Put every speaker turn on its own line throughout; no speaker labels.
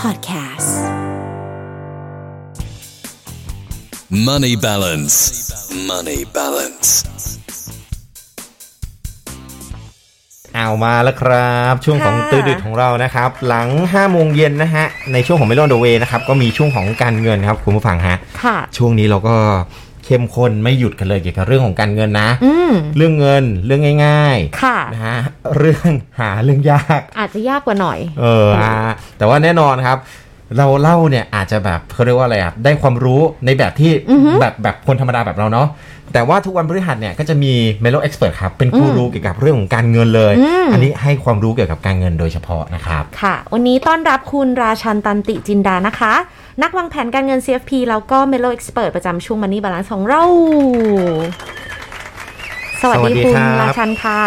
Podcasts.
Money balance. Money balance.
เอามาแล้วครับ ช่วงของ
ค่ะ
ตื่นดึกของเรานะครับ หลัง5โมงเย็นนะฮะ ในช่วงของเมลอนเดเวนะครับ ก็มีช่วงของการเงินครับ คุณผู้ฟังฮะ
ค่ะ
ช่วงนี้เราก็เข้มข้นไม่หยุดกันเลยเกี่ยวกับเรื่องของการเงินนะ
อืม
เรื่องเงินเรื่องง่าย
ค่ะ
ๆนะฮะเรื่องหาเรื่องยาก
อาจจะยากกว่าหน่อย
เออฮะแต่ว่าแน่นอนครับ เราเล่าเนี่ยอาจจะแบบเขาเรียกว่าอะไรอ่ะได้ความรู้ในแบบที่
อือฮึ
แบบแบบคนธรรมดาแบบเราเนาะแต่ว่าทุกวันพฤหัสเนี่ยก็จะมีเมโลเอ็กซ์เพรสครับเป็นกูรูเกี่ยวกับเรื่องของการเงินเลย
อืม
อันนี้ให้ความรู้เกี่ยวกับการเงินโดยเฉพาะนะครับ
ค่ะ วันนี้ต้อนรับคุณราชันตันติจินดานะคะ นักวางแผนการเงิน CFP แล้วก็ Melo Expert ประจำช่วง Money Balance ของเรา สวัสดี
สวัสดี
คุณ
ครับ
ราชันค่ะ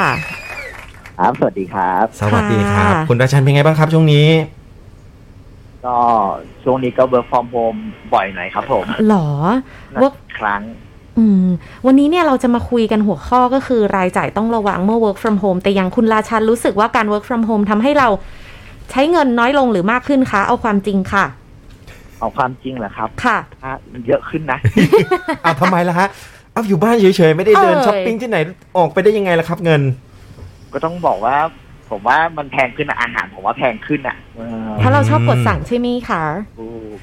ครับ สวัสดีครับ
สวัสดีครับ
ค่ะ
คุณราชันเป็นไงบ้างครับช่วงนี้
ก็ช่วงนี้ก็ work from home บ่อยหน่อยครับผม
หรอ work
ครั้ง
อืม วันนี้เนี่ยเราจะมาคุยกันหัวข้อก็คือรายจ่ายต้องระวังเมื่อ work from home แต่อย่างคุณราชันรู้สึกว่าการ work from home ทำให้เราใช้เงินน้อยลงหรือมากขึ้นคะ เอาความจริงค่ะ
เอาความจริงเหรอครับ
ค่ะ
ถ้าเยอะขึ้นนะ
เอาวทำไมล่ะฮะเอาอยู่บ้านเฉยๆไม่ได้เดิน
เอ่ย
ช้อปปิ้งที่ไหนออกไปได้ยังไงล่ะครับเงิน
ก็ต้องบอกว่า ผมว่ามันแพงขึ้นนะอาหารผมว่าแพงขึ้น อ่ะเออ
เพราะเราชอบกด
อืม
สั่งใช่ไหมคะ
ถูก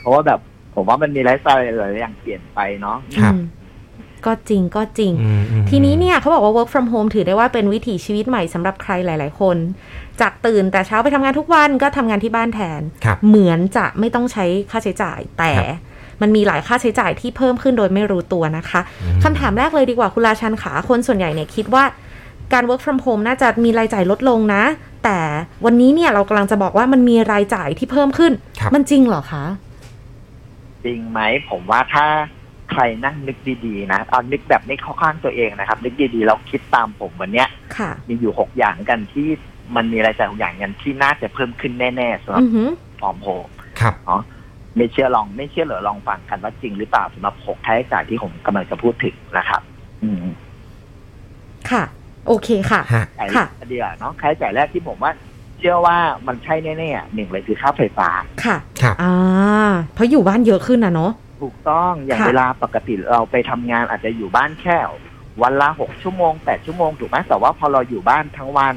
เพราะว่าแบบผมว่ามันมีไลฟ์สไตล์หลายๆอย่างเปลี่ยนไปเนาะ
ครับ
อืมก็จริงก็จริง
อืมอืม
ทีนี้เนี่ยเขาบอกว่า work from home ถือได้ว่าเป็นวิถีชีวิตใหม่สำหรับใครหลาย ๆ คน จากตื่นแต่เช้าไปทำงานทุกวันก็ทำงานที่บ้านแทน
ครับ
เหมือนจะไม่ต้องใช้ค่าใช้จ่าย แต่
ครับ
มันมีหลายค่าใช้จ่ายที่เพิ่มขึ้นโดยไม่รู้ตัวนะคะ
อืม
คำถามแรกเลยดีกว่าคุณราชันขาคนส่วนใหญ่เนี่ยคิดว่าการ work from home น่าจะมีรายจ่ายลดลงนะ แต่วันนี้เนี่ยเรากำลังจะบอกว่ามันมีรายจ่ายที่เพิ่มขึ้น
ครับ
มันจริงเหรอคะ
จริงไหม ผมว่าถ้าใครนั่งนึกดีๆนะเอานึกแบบไม่เข้าข้างตัวเองนะครับ นึกดีๆแล้วคิดตามผมวันเนี้ย
ค่ะ
มีอยู่หกอย่างกันที่มันมีรายจ่ายหกอย่างกันที่น่าจะเพิ่มขึ้นแน่ๆสำหรับ
อือหือ
ฟอร์มโฮ
ครับ
ไม่เชื่อลองไม่เชื่อเหรอลองฟังกันว่าจริงหรือเปล่าสำหรับหกค่าใช้จ่ายที่ผมกำลังจะพูดถึงนะครับ อืม
ค่ะ โอเคค่ะ
ฮะ
ไอ้
ค่ะ
เดียวเนาะค่าใช้จ่ายแรกที่ผมว่า เชื่อว่ามันใช่แน่ๆหนึ่งเลยคือค่าไฟฟ้า
ค่ะ
ครับ
อ่าเพราะอยู่บ้านเยอะขึ้นนะเนาะ
ถูกต้องอย่าง
ค่ะ
เวลาปกติเราไปทำงานอาจจะอยู่บ้านแค่วันละหกชั่วโมงแปดชั่วโมงถูกไหมแต่ว่าพอเราอยู่บ้านทั้งวัน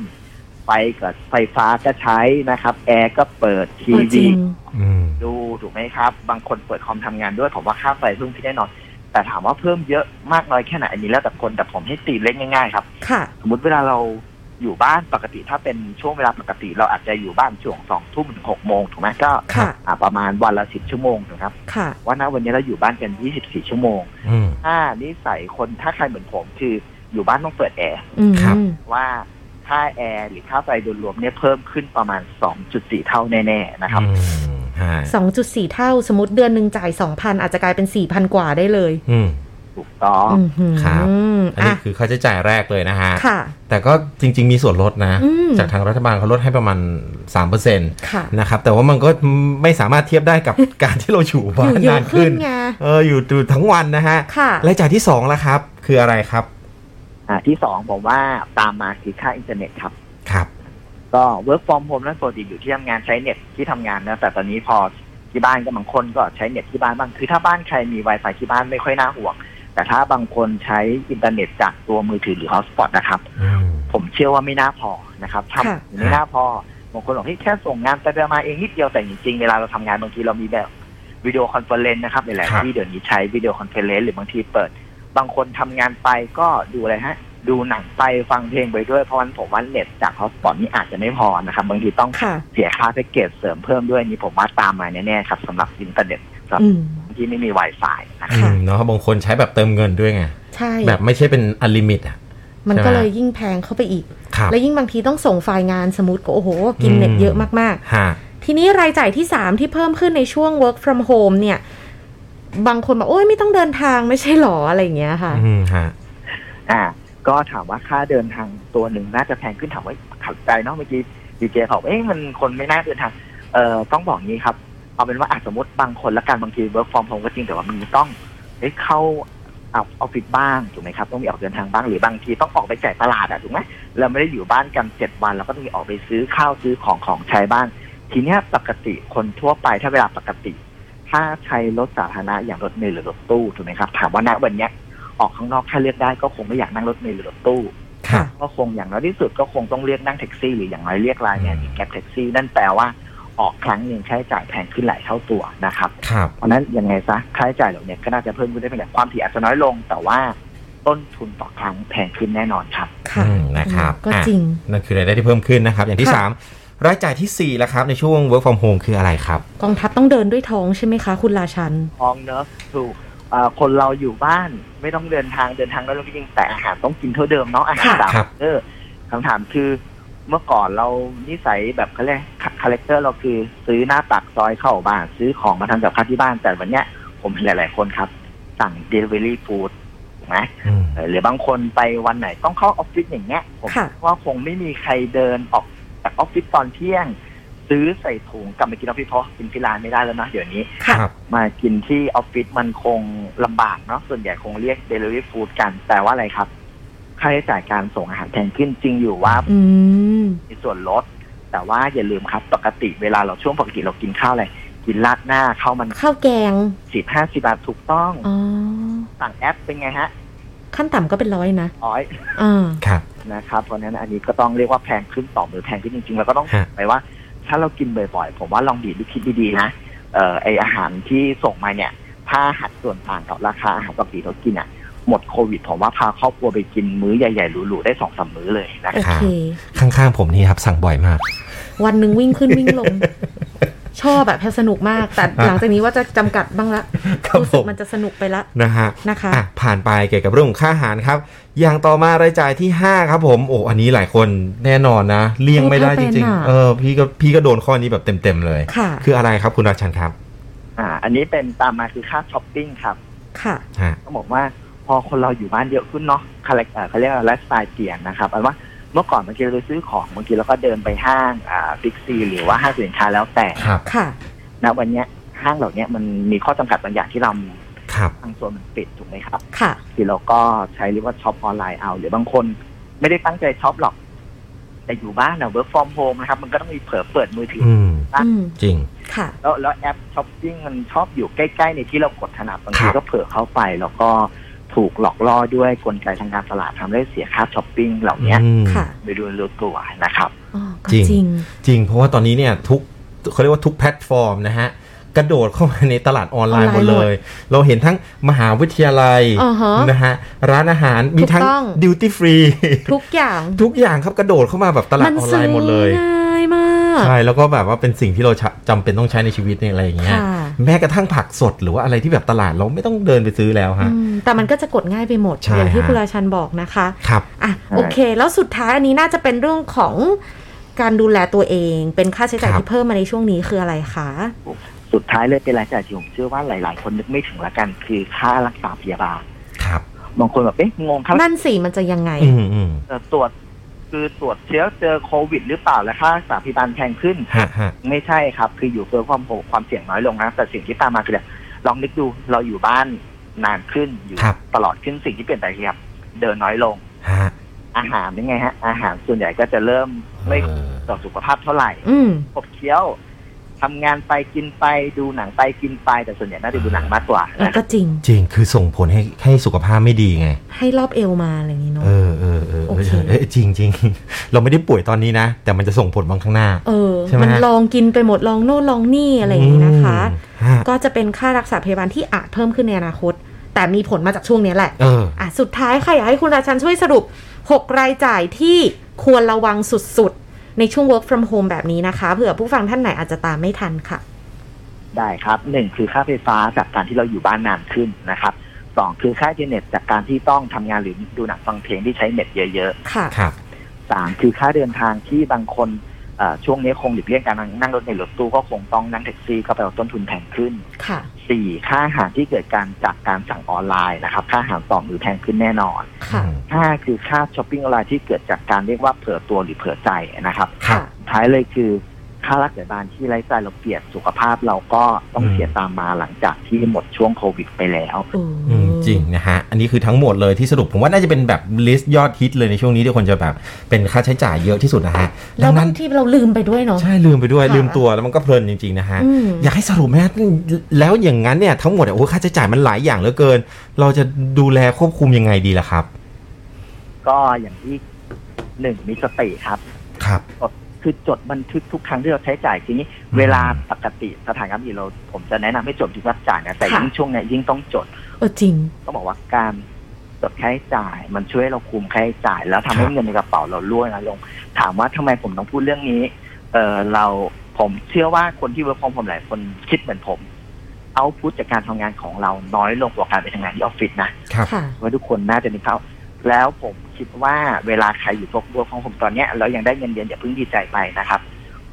ไฟกับไฟฟ้าก็ใช้นะครับ แอร์ก็เปิดที
เออจริ
วี
ง
อืม
ดูถูกไหมครับ บางคนเปิดคอมทำงานด้วยผมว่าค่าไฟเพิ่มขึ้นแน่นอน แต่ถามว่าเพิ่มเยอะมากน้อยแค่ไหนอันนี้แล้วแต่คนแต่ผมให้ตีเล่นง่ายๆครับ
ค่ะ
สมมติเวลาเราอยู่บ้านปกติถ้าเป็นช่วงเวลาปกติ เราอาจจะอยู่บ้านช่วงสองทุ่มถึงหกโมงถูกไหมก็
ค่ะ
อ่าประมาณวันละสิบชั่วโมงนะครับ
ค่ะ
ว่านะวันนี้เราอยู่บ้านกันยี่สิบสี่ชั่วโมง
อืม
ถ้านิสัยคนถ้าใครเหมือนผมคืออยู่บ้านต้องเปิดแอร์
อืม
ครับ
ว่าค่าแอร์หรือค่าไฟโดยรวมเนี่ยเพิ่มขึ้นประมาณ 2.4 เท่าแน่ๆนะครับ
อืมฮะ
สองจุดสี่เท่า สมมติเดือนหนึ่งจ่ายสองพันอาจจะกลายเป็นสี่พันกว่าได้เลย
อืม
ถูกต้อง
หือ
ครับ อัน
อ่ะ
นี้คือค่าใช้จ่ายแรกเลยนะฮะ
ค่ะ
แต่ก็จริง ๆ มีส่วนลดนะ
อืม
จากทางรัฐบาลเขาลดให้ประมาณ 3%น
ค่ะ
ะครับ แต่ว่ามันก็ไม่สามารถเทียบได้กับ การที่เราอยู่
อ
บ้า
ยู่
น
เย
นา
อะ
น
ขึ้
ขึ้
น
น
ไง
เออ อยู่อยู่ทั้งวันนะฮะ
ค่ะ
รายจ่ายที่2ล่ะครับ คืออะไรครับ
อ่าที่สองผมว่าตามมาคือค่าอินเทอร์เน็ตครับ
ครับ
ก็ work from home นั้นปกติอยู่ที่ทำงานใช้เน็ตที่ทำงานนะแต่ตอนนี้พอที่บ้านก็บางคนก็ใช้เน็ตที่บ้านบ้างคือถ้าบ้านใครมี Wi-Fi ที่บ้านไม่ค่อยน่าห่วง แต่ถ้าบางคนใช้อินเทอร์เน็ตจากตัวมือถือหรือ hotspot นะครับ
อืม
ผมเชื่อว่าไม่น่าพอนะครับท
ค่ะ
ำไม่น่าพอบางคนบอกที่แค่ส่งงานไปๆมาเองนิดเดียวแต่จริงๆเวลาเราทำงานบางทีเรามีแบบวิดีโอคอนเฟอเรนซ์นะครับหลาย
ครั
ๆ
บ
ที่เดี๋ยวนี้ใช้วิดีโอคอนเฟอเรนซ์หรือบางทีเปิด บางคนทำงานไปก็ดูอะไรฮะ ดูหนังไปฟังเพลงไปด้วยเพราะฉะนั้นผมว่าเน็ตจากฮอสปอตนี่อาจจะไม่พอนะครับ บางทีต้อง
ค่ะ
เสียค่าแพ็กเกจเสริมเพิ่มด้วยนี่ผมว่าตามมาแน่ๆครับสำหรับอินเทอร์เน็ตสำหรับ
อืม
ที่ไม่มี Wi-Fi นะค
อื
รับ
ค่ะ
มเนาะบางคนใช้แบบเติมเงินด้วยไง
ใช่
แบบไม่ใช่เป็นอลิมิตอ่ะ
มัน
ใช่ไหม
ก็เลยยิ่งแพงเข้าไปอีก
ครับ
และยิ่งบางทีต้องส่งไฟล์งานสมมติก็โอ้โห กิน
อืม
เน็ตเยอะมาก
ฮะ
ๆ ทีนี้รายจ่ายที่ 3 ที่เพิ่มขึ้นในช่วง work from home เนี่ย บางคนบอกโอ้ยไม่ต้องเดินทางไม่ใช่หรออะไรอย่างเงี้ยค่ะ
อืมฮะ
อ่าก็ถามว่าค่าเดินทางตัวหนึ่งน่าจะแพงขึ้นถามว่าขัดใจเนาะเมื่อกี้ดีเจบอกเอ๊ะมันคนไม่น่าเดินทางเอ่อต้องบอกงี้ครับ เอาเป็นว่าอาจสมมติบางคนละกันบางที work from home ก็จริงแต่ว่ามันต้องเอ้ยเข้าออฟฟิศบ้างถูกไหมครับ ต้องมีออกเดินทางบ้างหรือบางทีต้องออกไปจ่ายตลาดอะถูกไหมเราไม่ได้อยู่บ้านกันเจ็ดวันเราก็ต้องมีออกไปซื้อข้าวซื้อของของใช้บ้าง ทีเนี้ยปกติคนทั่วไปถ้าเวลาปกติ ถ้าใช้รถสาธารณะอย่างรถเมล์หรือรถตู้ถูกไหมครับถามว่าณวันเนี้ยออกข้างนอกถ้าเลือกได้ก็คงไม่อยากนั่งรถเมล์หรือรถตู้
ครับ
ก็คงอย่างน้อยที่สุดก็คงต้องเรียกนั่งแท็กซี่หรืออย่างน้อยเรียกไลน์แมนหรือแกร็บแท็กซี่นั่นแปลว่าออกครั้งหนึ่งค่าใช้จ่ายแพงขึ้นหลายเท่าตัวนะครับ
ครับ
เพราะฉะนั้นยังไงซะค่าใช้จ่ายเหล่านี้ก็น่าจะเพิ่มขึ้นได้เป็นอย่างความถี่อาจจะน้อยลง แต่ว่าต้นทุนต่อครั้งแพงขึ้นแน่นอนครับ
ค่ะ
อืมนะครับ
ก็
อ่ะ
จริง
นั่นคือรายได้ที่เพิ่มขึ้นนะครับ อย่างที่
ค่ะ
3 รายจ่ายทีสี่4แล้วครับในช่วง work from home คืออะไรครับ
กองทัพต้องเดินด้วยท้องใช่ไหมคะคุณราชัน
ท้องเนอะถูกเอ่อคนเราอยู่บ้านไม่ต้องเดินทางเดินทางน้อยลงก็จริงแต่อาหารต้องกินเท่าเดิมเนาะอาหาร
ค่ะ
สาม
ครับ
เออคำถามคือเมื่อก่อนเรานิสัยแบบเขาเรียกคาแรคเตอร์เราคือซื้อหน้าปากซอยเข้าบ้านซื้อของมาทำกับข้าวที่บ้านแต่วันเนี้ยผมเห็นหลาย ๆ คนครับ สั่ง Delivery Food ถูกไหม
อืม
เออหรือบางคนไปวันไหนต้องเข้าออฟฟิศอย่างเงี้ยผม
ค่ะ
ว่าคงไม่มีใครเดินออกจากออฟฟิศตอนเที่ยง ซื้อใส่ถุงกลับไปกินออฟฟิศเพราะกินที่ร้านไม่ได้แล้วนะเดี๋ยวนี้
ค่ะ
ครับ
มากินที่ออฟฟิศมันคงลำบากเนาะส่วนใหญ่คงเรียกเดลิเวอรี่ฟู้ดกัน แต่ว่าอะไรครับ ค่าใช้จ่ายการส่งอาหารแพงขึ้นจริงอยู่ว่า
อืม
มีส่วนลด แต่ว่าอย่าลืมครับ ปกติเวลาเราช่วงปกติเรากินข้าวอะไร กินราดหน้าข้าวมัน
ข้าวแกง
สิบห้าสิบบาทถูกต้อง
อ๋อ
สั่งแอปเป็นไงฮะ
ขั้นต่ำก็เป็นร้อยนะ
อ้อย
อ่า
ครับ
นะครับเพราะฉะนั้นอันนี้ก็ต้องเรียกว่าแพงขึ้นต่อมือแพงขึ้นจริงๆ แล้วก็ต้อง
ฮะ
ไปว่า ถ้าเรากินบ่อยๆ ผมว่าลองดีดคิดดีๆนะเอ่อไออาหารที่ส่งมาเนี่ย ถ้าหักส่วนต่างกับราคาอาหารปกติเรากินอ่ะ หมดโควิด ผมว่าพาครอบครัวไปกินมื้อใหญ่ๆหรูๆได้สองสามมื้อเลยนะ
โอ
ครับ
เค
ข้างๆผมนี่ครับสั่งบ่อยมาก
วันหนึ่งวิ่งขึ้นวิ่งลง ชอบแบบแพสนุกมาก แต่หลังจากนี้ว่าจะจำกัดบ้างละ
ครับ
รู้สึก
ผม
มันจะสนุกไปละ
นะฮะ
นะคะ
อ่ะผ่านไปเกี่ยวกับเรื่องของค่าอาหารครับ อย่างต่อมารายจ่ายที่ 5 ครับผมโอ้อันนี้หลายคนแน่นอนนะ เลี่ยงไม่ได้จริ
เออเป็น
งๆ
อะ
เออพี่ก็พี่ก็โดนข้อนี้แบบเต็มๆเลย
ค่ะ
คืออะไรครับคุณราชันครับ
อ่า อันนี้เป็นตามมาคือค่าช้อปปิ้งครับ
ค่ะ
ฮะ
ต้องบอกว่าพอคนเราอยู่บ้านเยอะขึ้นเนาะคาแรคเอ่อเขาเรียกว่าไลฟ์สไตล์เปลี่ยนนะครับอันว่าเมื่อก่อนบางทีเราไปซื้อของบางทีเราก็เดินไปห้างอ่าบิ๊กซีหรือว่าห้างสรรพสินค้าแล้วแต่
ครับ
ค่ะ
นะวันเนี้ยห้างเหล่าเนี้ยมันมีข้อจำกัดบางอย่างที่เรา
ครับ
ทางส่วนมันปิดถูกไหมครับ
ค่ะ
คือเราก็ใช้เรียกว่าช็อปออนไลน์เอา หรือบางคนไม่ได้ตั้งใจช็อปหรอก แต่อยู่บ้านนะ work from home นะครับ มันก็ต้องมีเผลอเปิดมือถือ
อืม
ค่ะ
อืม
จริง
ค่ะ
แล้วแล้วแอปช้อปปิ้งมันชอบอยู่ใกล้ๆ ในที่เรากดถนัดบางที
ครับ
ก็เผลอเข้าไปแล้วก็ถูกหลอกล่อด้วยกลไกทางการตลาดทำให้เสียค่าช้อปปิ้งเหล่านี้
อืม
ค่ะ
โดยดูรู้ตัวนะครับ
อ๋อก็
จริง
จริง
จริงเพราะว่าตอนนี้เนี่ยทุกเขาเรียกว่าทุกแพลตฟอร์มนะฮะ กระโดดเข้ามาในตลาดออนไลน์
ออนไลน์
หมดเลย เราเห็นทั้งมหาวิทยาลัย
อ่าฮะ
นะฮะ ร้านอาหารมีทั้ง
ถูกต้อง
ดิวตี้ฟรี
ทุกอย่าง
ทุกอย่างครับกระโดดเข้ามาแบบตลาดออนไล
ซื้
น์หมดเลย
ง่ายมาก
ใช่แล้วก็แบบว่าเป็นสิ่งที่เราจำเป็นต้องใช้ในชีวิตเนี่ยอะไรอย่างเงี้ย
ค่ะ
แม้กระทั่งผักสดหรือว่าอะไรที่แบบตลาดเราไม่ต้องเดินไปซื้อแล้ว
อื
ฮะ
มแต่มันก็จะกดง่ายไปหมด
ใช่
อย่างที่
ฮะ
คุณราชันบอกนะคะ
ครับ
อ่ะโอเค แล้วสุดท้ายอันนี้น่าจะเป็นเรื่องของการดูแลตัวเอง เป็นค่าใช้จ่ายที่เพิ่มมาในช่วงนี้คืออะไรคะ
สุดท้ายเลยเป็นรายจ่ายที่ผมเชื่อว่าหลาย ๆ คนนึกไม่ถึงละกันคือค่ารักษาพยาบาล
ครับ
บางคนแบบเอ๊ะงงค่ารักษา
นั่นสิมันจะยังไง
อืมอืม
เอ่อตรวจคือตรวจเชื้อเจอโควิด หรือเปล่าและค่ารักษาพยาบาลแพงขึ้น
ฮะฮะ
ไม่ใช่ครับ คืออยู่เพื่อความโหความเสี่ยงน้อยลงนะแต่สิ่งที่ตามมาคืออะไรลองนึกดูเราอยู่บ้านนานขึ้นอยู่
ครับ
ตลอดขึ้นสิ่งที่เปลี่ยนไปคือครับเดินน้อยลง
ฮะ
อาหารเป็นไงฮะ อาหารส่วนใหญ่ก็จะเริ่มไม่
เออ
ต่อสุขภาพเท่าไหร่
อืม
ขบเคี้ยวทำงานไปกินไปดูหนังไปกินไปแต่ส่วนใหญ่น่าจะดูหนังมากกว่า
เออ
นะครับ
ก็จริง
จริงคือส่งผลให้ให้สุขภาพไม่ดีไง
ให้รอบเอวมาอะไรอย่างนี้เนาะ
เออเออเออเอ
โอ
อ
เค
เออจริง จริง ๆ เราไม่ได้ป่วยตอนนี้นะ แต่มันจะส่งผลบางข้างหน้า
เออ
ใช่ไหมฮะ
มันลองกินไปหมดลองโน่นลองนี่อะไรอย่างนี้นะคะ
อืมฮะ
ก็จะเป็นค่ารักษาพยาบาลที่อาจเพิ่มขึ้นในอนาคต แต่มีผลมาจากช่วงนี้แหละ
เออ
อ่ะสุดท้ายค่ะอยากให้คุณราชันช่วยสรุป 6 รายจ่ายที่ควรระวังสุดๆ ในช่วง work from home แบบนี้นะคะ เผื่อผู้ฟังท่านไหนอาจจะตามไม่ทันค่ะ
ได้ครับหนึ่งคือค่าไฟฟ้าจากการที่เราอยู่บ้านนานขึ้นนะครับสองคือค่าอินเทอร์เน็ตจากการที่ต้องทำงานหรือดูหนังฟังเพลงที่ใช้เน็ตเยอะๆ
ค่ะ
ครับ
สามคือค่าเดินทางที่บางคนเอ่อช่วงนี้คงหลีกเลี่ยงการนั่งรถในรถตู้ก็คงต้องนั่งแท็กซี่ก็แปลว่าต้นทุนแพงขึ้น
ค่ะ
สี่ค่าอาหารที่เกิดการจากการสั่งออนไลน์นะครับ ค่าอาหารต่อมือแพงขึ้นแน่นอน
ค่ะ
ห้าคือค่าช้อปปิ้งออนไลน์ที่เกิดจากการเรียกว่าเผื่อตัวหรือเผื่อใจนะครับ
ครับ
ท้ายเลยคือค่ารักษาพยาบาลที่ไร้ใจายเราเปลียนสุขภาพเราก็ต้องเสียตามมาหลังจากที่หมดช่วงโควิดไปแล้ว
โอ้
อืม จริงนะฮะ อันนี้คือทั้งหมดเลยที่สรุปผมว่าน่าจะเป็นแบบลิสต์ยอดฮิตเลยในช่วงนี้ที่คนจะแบบเป็นค่าใช้จ่ายเยอะที่สุดนะฮะ
แล้
ดั
ว
งนั้
บาน งที่เราลืมไปด้วยเนาะ
ใช่ลืมไปด้วย
ค่ะ
ลืมตัวแล้วมันก็เพลินจริงๆนะฮะ
อืม
อยากให้สรุปไหมฮะแล้วอย่างนั้นเนี่ยทั้งหมดอะโอ้ค่าใช้จ่ายมันหลายอย่างเหลือเกิน เราจะดูแลควบคุมยังไงดีล่ะครับ
ก็อย่างที่หนึ่งมีสติครับ
ครับ
คือจดบันทึกทุกครั้งที่เราใช้จ่ายทีนี้
อืม
เวลาปกติสถานการณ์อื่นเราผมจะแนะนำให้จดทุกรับจ่ายนะแต่
ค่ะ
ยิ่งช่วงเนี้ยยิ่งต้องจด
เออจริง
ต้องบอกว่าการจดค่าใช้จ่าย มันช่วยให้เราคุมค่าใช้จ่าย แล้วทำให้เงินในกระเป๋าเราล่วงนะลง ถามว่าทำไมผมต้องพูดเรื่องนี้ เออเราผมเชื่อว่าคนที่เวิร์กฟอร์มผมหลายคนคิดเหมือนผม เอาพุทจากการทำงานของเราน้อยลงกว่าการไปทำงานที่ออฟฟิศนะ
ครับ
ค่ะ
ว่าทุกคนน่าจะมีเขาแล้วผมคิดว่าเวลาใครอยู่พวกบัวของผมตอนเนี้ยแล้วยังได้เงินเดือนอย่าเพิ่งดีใจไปนะครับ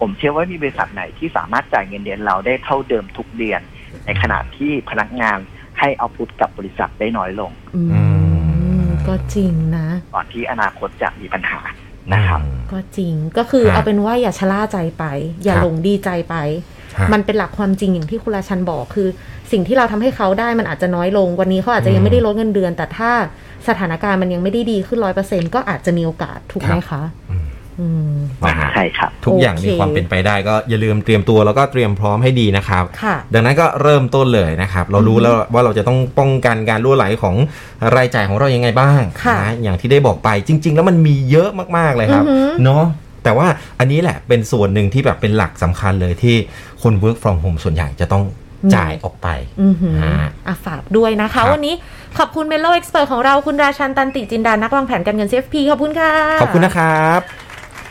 ผมเชื่อว่ามีบริษัทไหนที่สามารถจ่ายเงินเดือนเราได้เท่าเดิมทุกเดือน ในขณะที่พนักงานให้เอาพุทกับบริษัทได้น้อยลง
อื
อืม
ม ก็จริงนะ
ก่อนที่อนาคตจะมีปัญหานะครับ
ก็จริงก็คือ
ครับ
เอาเป็นว่าอย่าชะล่าใจไป อย่า
ครับ
หลงดีใจไป
ฮะ
มันเป็นหลักความจริงอย่างที่คุณราชันบอกคือ สิ่งที่เราทำให้เขาได้มันอาจจะน้อยลง วันนี้เขาอาจจะยังไม่ได้ลดเงินเดือน แต่ถ้าสถานการณ์มันยังไม่ได้ดีขึ้นร้อยเปอร์เซ็นก็อาจจะมีโอกาสถูกไหมคะ
อืม
อืม
นะฮะ
ใช่ครับ
ทุกอย่าง
โอเค
มีความเป็นไปได้ก็อย่าลืมเตรียมตัวแล้วก็เตรียมพร้อมให้ดีนะครับ
ค่ะ
ดังนั้นก็เริ่มต้นเลยนะครับ เรารู้
อืม
แล้วว่าเราจะต้องป้องกันการรั่วไหลของรายจ่ายของเรายังไงบ้าง
ค่ะ
นะอย่างที่ได้บอกไปจริง ๆ แล้วมันมีเยอะมากๆเลยครับ
อือหือ
เนาะแต่ว่าอันนี้แหละเป็นส่วนหนึ่งที่แบบเป็นหลักสำคัญเลยที่คน work from home ส่วนใหญ่จะต้องจ่ายออกไป
อือหือ
ฮะ
อ่ะฝากด้วยนะ
ครั
คะ
บ
วันนี้ขอบคุณเมโลเอ็กซ์เพรของเราคุณราชันตันติจินดานักวางแผนการเงิน CFP ขอบคุณค่ะ
ขอบคุณนะครับ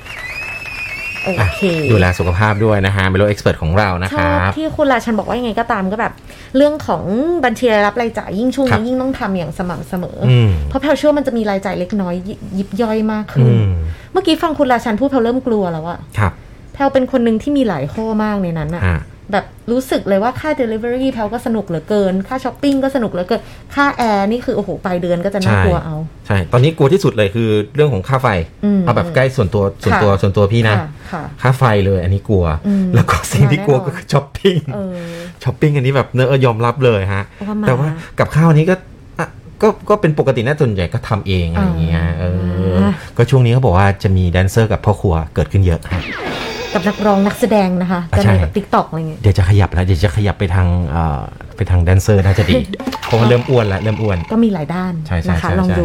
โอ
อ่ะ
เค
ดูแลสุขภาพด้วยนะฮะเมโลเอ็กซ์เพรของเรานะ
ช
ค
อ
รั
บบ ที่คุณราชันบอกว่ายังไงก็ตามก็แบบ เรื่องของบัญชีรายรับรายจ่ายยิ่งช่วง
ครับ
นี้ยิ่งต้องทำอย่างสม่ำเสมออ
อืม
เพราะแพลเชื่อว่ามันจะมีรายจ่ายเล็กน้อยยิยิบย่อยมาก
อื
ขึ้น
ม
เมื่อกี้ฟังคุณราชันพูดแพลเริ่มกลัวแล้วอะ
ครับ
แพลเป็นคนหนึ่งที่มีหลายข้อมากในนั้นอะ
อ่ะ
แบบรู้สึกเลยว่าค่า Delivery แพลก็สนุกเหลือเกิน ค่าช้อปปิ้งก็สนุกเหลือเกิน ค่าแอร์นี่คือโอ้โหปลายเดือนก็จะน่ากลัว
ใช่
เอา
ใช่ตอนนี้กลัวที่สุดเลยคือเรื่องของค่าไฟ
อืม
เอาแบบใกล้ส่วนตัวส่วนตัว
ค่ะ
ส่วนตัวพี่นะ
ค่ะค่ะ
ค่าไฟเลยอันนี้กลัว
อืม
แล้วก็สิ่งที่กลัว
แน่นอน
ก็คือช้อปปิ้ง
เออ
ช้อปปิ้งอันนี้แบบเนอะยอมรับเลยฮะ
ว่ม
แต่ว่ากับข้าวนี้ก็อ่ะก็ก็เป็นปกตินะส่วนใหญ่ก็ทำเองอะไรอย่างเงี้ยเออ
อ่า
ก็ช่วงนี้เขาบอกว่าจะมีแดนเซอร์กับพ่อครัวเกิดขึ้นเยอะฮะ
กับนักร้องนักแสดงนะคะ
อ่ะ
จะ
ใช่
มีแบบติ๊กต็อกอะไรเงี้ย
เดี๋ยวจะขยับแล้วเดี๋ยวจะขยับไปทางเอ่อไปทางแดนเซอร์น่าจะดี เพราะว่าเริ่มอ้วนละเริ่มอ้วน
ก็มีหลายด้าน
ใช่ใช่
นะคะ
ใช่
ลอง
ใช่
ดู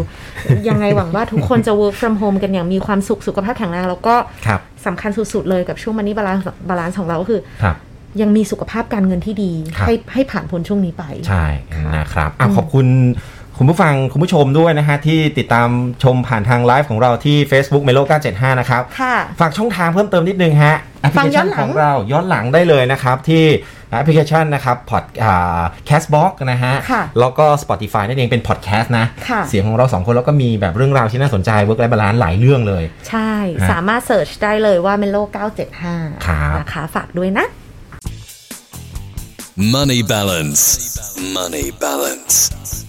ยังไงหวังว่าทุกคนจะ work from home กันอย่างมีความสุขสุขภาพแข็งแรง แล้วก็
ครับ
สำคัญสุด ๆ เลยกับช่วงมันนี่บาลานซ์บาลานซ์ของเราก็คือ
ครับ
ยังมีสุขภาพการเงินที่ดี
ครับ
ให้ให้ผ่านพ้นช่วงนี้ไป
ใช่นะครับอะ
อืม
ขอบคุณคุณผู้ฟังคุณผู้ชมด้วยนะฮะที่ติดตามชมผ่านทางไลฟ์ของเราที่ Facebook Melo 975นะครับ
ค่ะ
ฝากช่องทางเพิ่มเติมนิดนึงฮะแอปพลิ
ฟัง
เค
ย้
ชั
อน นหลัง
ของเราย้อนหลังได้เลยนะครับ ที่แอปพลิเคชันนะครับพอดแคสบ็อกนะฮะ
ค่ะ
แล้วก็ Spotify นั่นเองเป็นพอดแคสต์นะ
ค่ะ
เสียงของเราสองคนแล้วก็มีแบบเรื่องราวที่น่าสนใจเวิร์กไลฟ์บาลานหลายเรื่องเลย
ใช่
ฮะ
สามารถเสิร์ชได้เลยว่าเมโล
ครับ
975 นะคะฝากด้วยนะ
Money balance. Money balance.